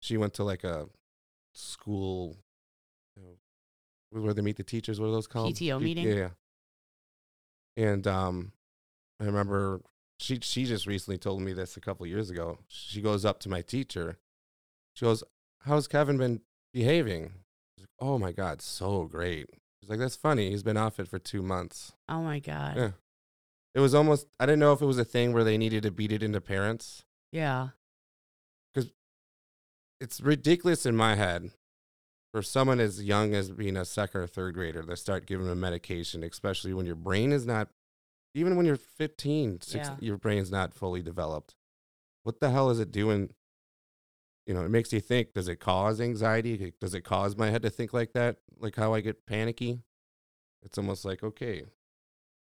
C: she went to like a school you know, where they meet the teachers. What are those called?
B: PTO meeting?
C: Yeah. And um, I remember she she just recently told me this a couple years ago. She goes up to my teacher. She goes, "How's Kevin been behaving?" She's like, "Oh my God, so great." She's like, "That's funny. He's been off it for two months."
B: Oh my God.
C: Yeah. It was almost. I didn't know if it was a thing where they needed to beat it into parents.
B: Yeah.
C: It's ridiculous in my head for someone as young as being a second or third grader to start giving them medication, especially when your brain is not. Even when you're 15, six,
B: Yeah.
C: your brain's not fully developed. What the hell is it doing? You know, it makes you think. Does it cause anxiety? Does it cause my head to think like that? Like how I get panicky? It's almost like okay,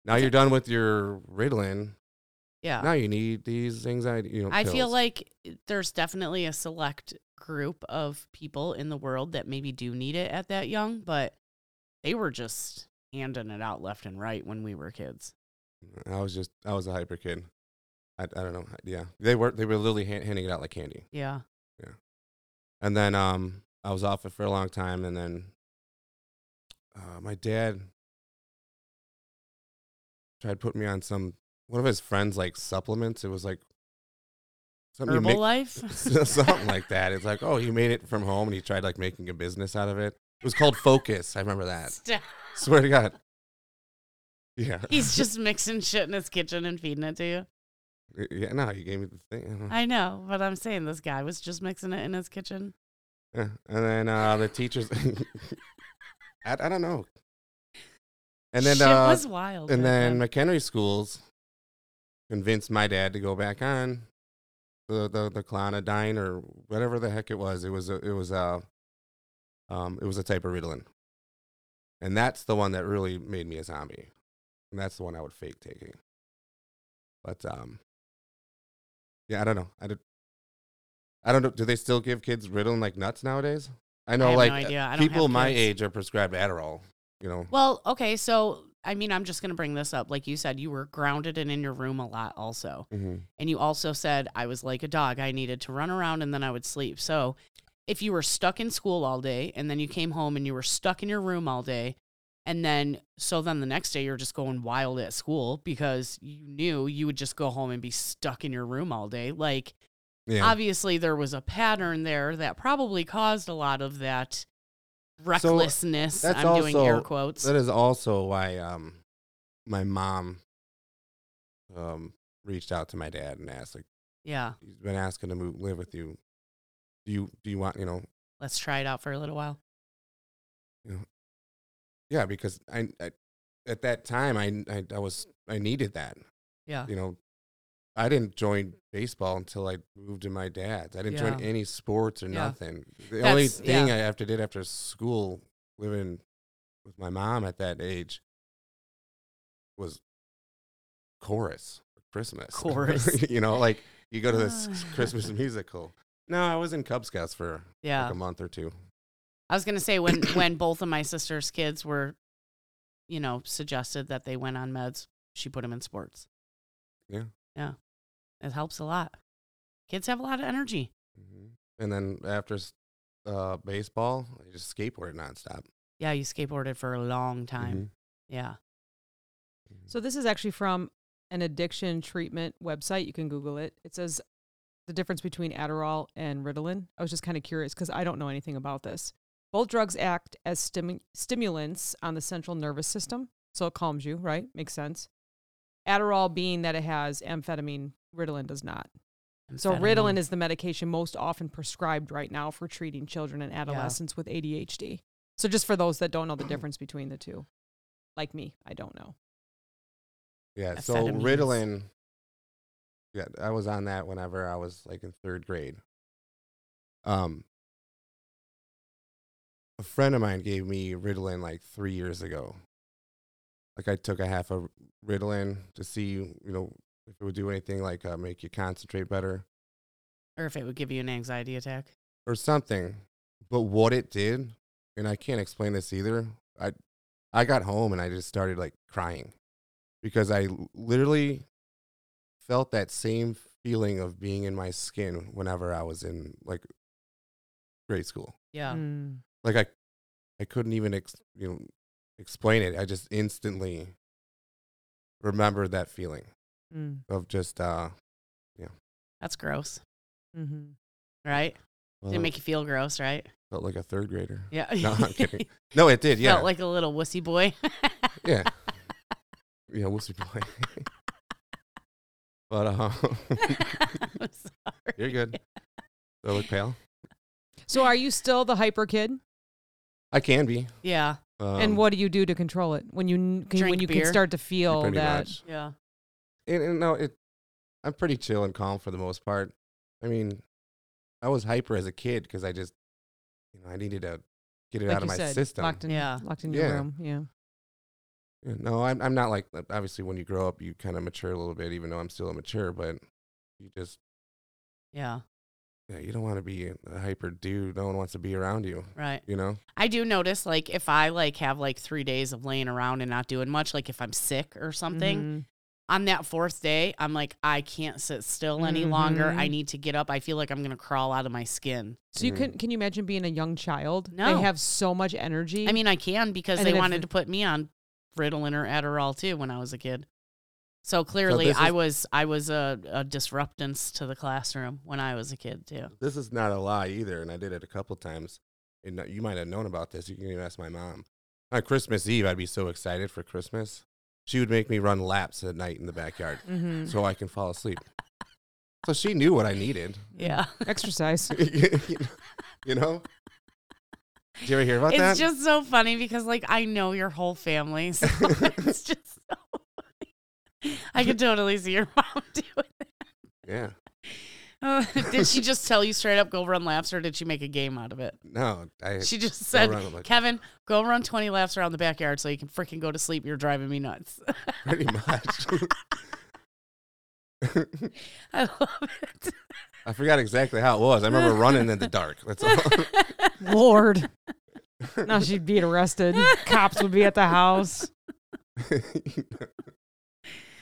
C: now you're done with your Ritalin.
B: Yeah.
C: Now you need these anxiety. You know,
B: Uh I feel
C: pills.
B: like there's definitely a select group of people in the world that maybe do need it at that young, but they were just handing it out left and right when we were kids.
C: I was just I was a hyper kid. I, I don't know. Yeah, they were they were literally hand, handing it out like candy.
B: Yeah.
C: And then um, I was off it for a long time, and then uh, my dad tried put me on some one of his friends like supplements. It was like something you
B: Herbal
C: mix- (laughs)
B: life. (laughs)
C: something like that. It's like oh, he made it from home, and he tried like making a business out of it. It was called Focus. I
B: (laughs)
C: remember that.
B: Stop.
C: Swear to God. Yeah.
B: He's just mixing shit in his kitchen and feeding it to you.
C: Y- Yeah, no, you gave me the thing.
B: I know, but I'm saying this guy was just mixing it in his kitchen.
C: Yeah, And then uh, the teachers, (laughs) I, I don't know. And then,
B: shit
C: uh,
B: was wild.
C: and
B: back
C: then McHenry schools convinced my dad to go back on the the the clonidine or whatever the heck it was. It was a, it was a um it was a type of Ritalin, and that's the one that really made me a zombie, and that's the one I would fake taking. But um, yeah, I don't know. I did, I don't know. Do they still give kids Ritalin like nuts nowadays? I know,
B: have no
C: like
B: idea. I don't have
C: people my
B: kids.
C: age are prescribed Adderall. You know,
B: Well, okay, so I mean, I'm just gonna bring this up. Like you said, you were grounded and in your room a lot, also,
C: mm-hmm.
B: and you also said I was like a dog. I needed to run around and then I would sleep. So, if you were stuck in school all day and then you came home and you were stuck in your room all day, and then so then the next day you're just going wild at school because you knew you would just go home and be stuck in your room all day, like.
C: yeah.
B: obviously there was a pattern there that probably caused a lot of that recklessness.
C: that's
B: I'm doing air
C: also-
B: quotes.
C: That is also why um, my mom um, reached out to my dad and asked, like,
B: yeah,
C: he's been asking to move live with you. Do you do you want you know
B: let's try it out for a little while.
C: yeah because I, I at that time I, I I was I needed that
B: Yeah,
C: you know I didn't join baseball until I moved to my dad's. I didn't join
B: Yeah.
C: any sports or
B: Yeah.
C: nothing. The only
B: That's-
C: thing
B: yeah.
C: I after did after school living with my mom at that age was chorus Christmas.
B: Chorus.
C: (laughs) you know, like you go to this
B: Ah.
C: Christmas musical. No, I was in Cub Scouts for
B: yeah.
C: like a month or two.
B: I was gonna say when when both of my sister's kids were, you know, suggested that they went on meds, she put them in sports.
C: Yeah.
B: yeah, it helps a lot. Kids have a lot of energy.
C: Mm-hmm. And then after s- uh, baseball, I just skateboarded nonstop.
B: Yeah, you skateboarded for a long time.
C: Mhm.
B: Yeah.
A: So this is actually from an addiction treatment website. You can Google it. It says the difference between Adderall and Ritalin? I was just kind of curious because I don't know anything about this. Both drugs act as stimu- stimulants on the central nervous system, so it calms you, right? Makes sense. Adderall being that it has amphetamine, Ritalin does not. So Ritalin is the medication most often prescribed right now for treating children and adolescents with ADHD. So just for those that don't know the difference between the two, like me, I don't know.
C: Yeah. So
D: Amphetamines.
C: Ritalin. Yeah, I was on that whenever I was like in third grade. Um, a friend of mine gave me Ritalin like three years ago. Like I took a half of Ritalin to see, you know, if it would do anything like uh, make you concentrate better
B: or if it would give you an anxiety attack.
C: or something. But what it did, and I can't explain this either. I I got home and I just started like crying because I l- literally felt that same feeling of being in my skin whenever I was in like grade school.
B: Yeah.
A: Mm.
C: Like I I couldn't even ex, you know explain it. I just instantly remembered that feeling
A: Mm.
C: of just uh
B: That's gross,
A: Mm-hmm.
B: right?
C: well,
B: Didn't make you feel gross, right?
C: felt like a third grader.
B: Yeah.
C: Uh. (laughs) No, I'm kidding. No, it did. Yeah.
B: (laughs) Felt like a little wussy
C: (laughs)
B: boy. (laughs)
C: yeah. Yeah, wussy boy. (laughs) but um, (laughs)
B: I'm sorry.
C: you're good. Do I look pale?
A: So are you still the hyper kid?
C: I can be.
B: Yeah.
C: Um,
A: and what do you do to control it when you n- can, when
B: Drink
A: you
B: beer.
A: can start to
C: pretty
A: feel that?
C: much.
B: Yeah.
C: And, and no, it. I'm pretty chill and calm for the most part. I mean, I was hyper as a kid because I just, you know, I needed to get it
A: Like
C: out of
A: you
C: my
A: said,
C: system.
A: locked in,
B: Yeah.
A: locked in your
C: Yeah.
A: room. Yeah.
C: Yeah, No, I'm I'm not like uh, obviously when you grow up you kind of mature a little bit even though I'm still immature but you just
B: Yeah.
C: yeah, you don't want to be a hyper dude no one wants to be around you
B: Right.
C: you know
B: I do notice like if I like have like three days of laying around and not doing much, like if I'm sick or something,
A: Mhm.
B: on that fourth day, I'm like, I can't sit still any longer. I
A: Mhm.
B: need to get up. I feel like I'm gonna crawl out of my skin.
A: So you
C: Mhm.
A: can can you imagine being a young child?
B: No.
A: They have so much energy.
B: I mean, I can because
A: And
B: they
A: then if
B: wanted
A: it-
B: to put me on Ritalin or Adderall too when I was a kid. So clearly,
C: this
B: I
C: is-
B: was I was a, a disruptance to the classroom when I was a kid too.
C: this is not a lie either, and I did it a couple times. And you might have known about this. You can even ask my mom. On Christmas Eve, I'd be so excited for Christmas. She would make me run laps at night in the backyard
B: (laughs)
A: Mhm.
C: so I can fall asleep. So she knew what I needed. (laughs)
B: Yeah,
A: (laughs) exercise.
C: you know? Did you ever hear about
B: it's
C: that?
B: just so funny because like I know your whole family, (laughs) so it's just so. Funny. I could totally see your (laughs) mom doing.
C: yeah.
B: Uh, (laughs) did she just tell you straight up go run laps or did she make a game out of it?
C: No, I
B: She just said,
C: run laps.
B: Kevin, go run 20 laps around the backyard so you can freaking go to sleep. You're driving me nuts.
C: (laughs)
B: (laughs)
C: pretty much.
B: I love it.
C: I forgot exactly how it was. I remember running in the dark. That's all. (laughs)
A: Lord. now she'd be
B: (laughs)
A: arrested. Cops would be at the house.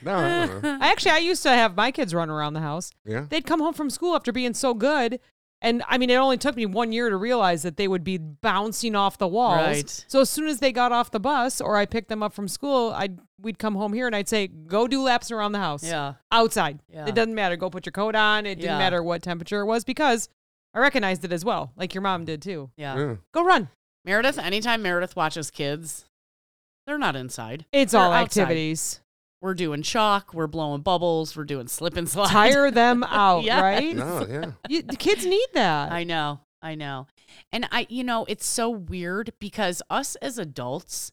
C: no,
B: (laughs)
C: I don't know.
A: I actually I used to have my kids run around the house.
C: Yeah.
A: They'd come home from school after being so good. And I mean, it only took me one year to realize that they would be bouncing off the walls.
B: Right.
A: So as soon as they got off the bus or I picked them up from school, I'd we'd come home here and I'd say, "Go do laps around the house,
B: Yeah.
A: outside.
B: Yeah.
A: It doesn't matter. Go put your coat on. It
B: Yeah.
A: didn't matter what temperature it was because I recognized it as well, like your mom did too.
B: Yeah.
C: yeah.
A: Go run.
B: Meredith, anytime Meredith watches kids, they're not inside.
A: It's
B: They're
A: all
B: outside.
A: activities.
B: (laughs) We're doing chalk. We're blowing bubbles. We're doing slip and slide.
A: Tire
B: (laughs)
A: them out,
B: Yes.
A: right?
C: No, yeah.
A: You, the kids need that.
B: I know. I know. And I, you know, it's so weird because us as adults,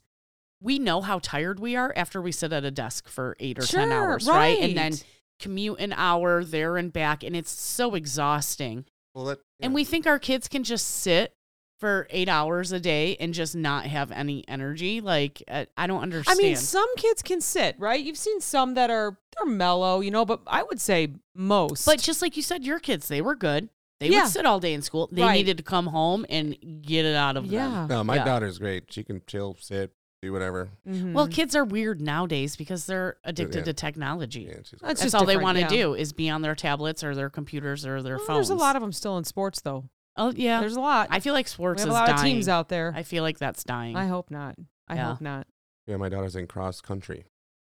B: we know how tired we are after we sit at a desk for eight or 10
A: Sure,
B: hours, right. And then
A: right.
B: commute an hour there and back. And it's so exhausting.
C: Well, that,
B: And we think our kids can just sit for eight hours a day and just not have any energy. Like, uh, I don't
A: I
B: understand.
A: mean, some kids can sit, right? You've seen some that are they're mellow, you know, but I would say most.
B: but just like you said, your kids, they were good. They
A: Yeah.
B: would sit all day in school. They
A: Right.
B: needed to come home and get it out of them.
A: yeah,
C: No, my
B: Yeah.
C: daughter's great. She can chill, sit, do whatever.
A: Mhm.
B: Well, kids are weird nowadays because they're addicted
C: yeah.
B: to technology.
C: Yeah, she's
A: That's
B: That's
A: just
B: all they
A: different,
B: want to
A: yeah.
B: do is be on their tablets or their computers or their
A: Well,
B: phones.
A: There's a lot of them still in sports, though.
B: Oh yeah,
A: There's a lot.
B: I feel like sports
A: we have a
B: is
A: lot
B: dying.
A: of teams out there.
B: I feel like that's dying.
A: I hope not. I
B: Yeah.
A: hope not.
C: yeah, my daughter's in cross country.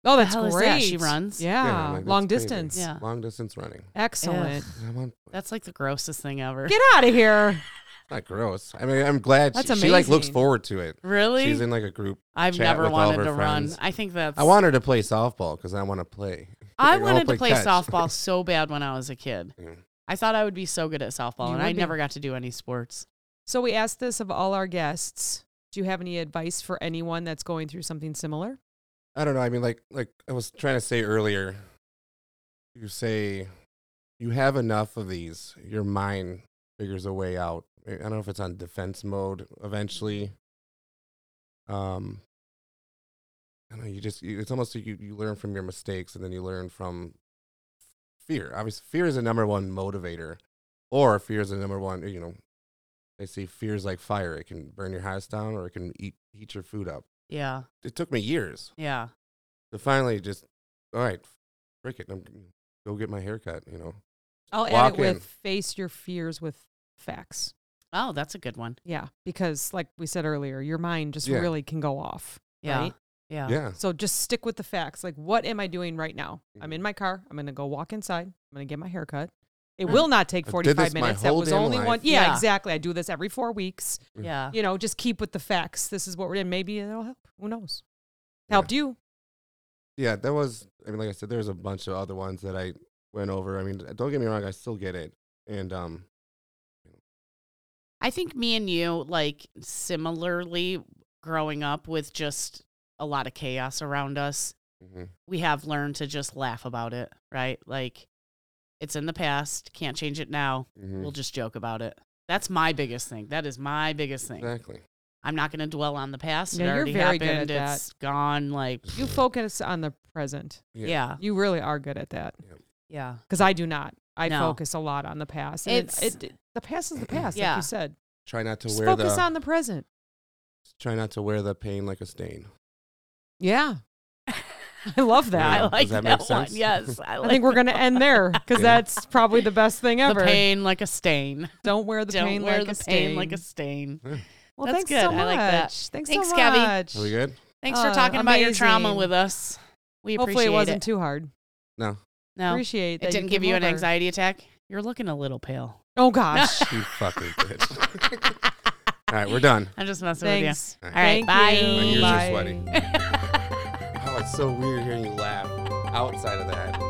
A: Oh, that's
B: hell is
A: great.
B: that? She runs?
A: Yeah.
C: Yeah, I'm like,
A: Long
C: that's crazy.
A: distance.
B: Yeah.
C: Long distance running.
A: Excellent.
C: And I'm on-
B: That's like the grossest thing ever.
A: Get out of here.
C: not gross. I mean, I'm glad
A: That's
C: she, she like looks
A: amazing.
C: forward to it.
B: (laughs) really?
C: She's in like a group.
B: I've
C: chat
B: never
C: with all
B: wanted
C: of
B: to
C: her
B: run.
C: friends.
B: I think that's.
C: I want her to play softball because I want to play.
B: I
C: wanna
B: wanted to play
C: catch. (laughs)
B: softball so bad when I was a kid.
C: Yeah.
B: I thought I would be so good at softball,
A: You
B: and
A: would
B: I
A: be.
B: never got to do any sports.
A: So we asked this of all our guests. Do you have any advice for anyone that's going through something similar?
C: I don't know. I mean, like, like I was trying to say earlier, you say you have enough of these. Your mind figures a way out. I don't know if it's on defense mode eventually. Um, I don't know. You just, you, it's almost like you, you learn from your mistakes and then you learn from fear. Obviously, fear is the number one motivator, or fear is the number one, you know, they say fear is like fire. It can burn your house down or it can eat, eat your food up.
B: Yeah,
C: It took me years
B: yeah,
C: to finally just all right frick it i'm g- go get my haircut you know
A: I'll add
C: Walk
A: it
C: in.
A: with face your fears with facts.
B: Oh, that's a good one.
A: Yeah, because like we said earlier, your mind just
C: Yeah.
A: really can go off.
B: Yeah,
A: Right?
B: yeah,
C: yeah
A: So just stick with the facts. Like, what am I doing right now? I'm
C: Mhm.
A: in my car. I'm going to go walk inside. I'm going to get my hair cut. It will not take
C: I Mm. did
A: 45
C: this my
A: minutes. That
C: whole
A: was
C: damn
A: only
C: life.
A: one. Yeah,
B: Yeah.
A: exactly. I do this every four weeks.
B: yeah.
A: You know, just keep with the facts. This is what we're in. Maybe it'll help. Who knows?
C: Yeah.
A: Helped you.
C: yeah that was i mean like i said there's a bunch of other ones that i went over i mean don't get me wrong i still get it and um
B: I think me and you, like, similarly growing up with just a lot of chaos around us,
C: mhm.
B: we have learned to just laugh about it, right? Like, it's in the past, can't change it now.
C: Mhm.
B: We'll just joke about it. That's my biggest thing. That is my biggest thing.
C: exactly
B: I'm not going to dwell on the past.
A: Yeah,
B: it
A: you're
B: already
A: very good
B: happened.
A: at
B: It's gone. Like,
A: You focus on the present.
C: Yeah.
B: yeah,
A: You really are good at that
B: yeah,
A: because I do not. I
B: No.
A: focus a lot on the past. And it-
B: It's-
A: it, the past is the past, like
B: Yeah.
A: you said.
C: try not to
A: Just
C: wear
A: focus
C: the
A: on the present.
C: try not to wear the pain like a stain
A: Yeah. (laughs) I love
C: Yeah,
A: that.
B: I like
C: that
B: that,
C: make
B: one.
C: sense?
B: Yes, I,
A: I
B: like
A: think we're going to end there because
C: Yeah.
A: that's probably the best thing
B: the
A: ever.
B: pain like a stain.
A: Don't wear the
B: Don't
A: pain
B: wear
A: like
B: the
A: a
B: pain
A: stain.
B: like a stain.
A: Well,
B: That's
A: thanks
B: good.
A: so
B: I
A: much.
B: like that.
A: Thanks,
B: Thanks,
A: so
B: Gabby.
A: much.
C: are we good
B: Thanks for
A: Oh,
B: talking about your trauma
A: amazing.
B: with us. We
A: Hopefully,
B: appreciate
A: it wasn't
B: it.
A: too hard.
C: no
B: no,
A: Appreciate that
B: it didn't
A: came
B: give you an
A: over.
B: anxiety attack. You're looking a little pale.
A: Oh
B: (laughs)
A: gosh.
C: you fucking
A: (laughs)
C: bitch all right we're done
B: I'm just messing
A: thanks.
B: with you. All right,
A: Thank
B: bye.
A: you.
C: My ears are
A: Bye.
C: sweaty. oh it's so weird hearing you laugh outside of that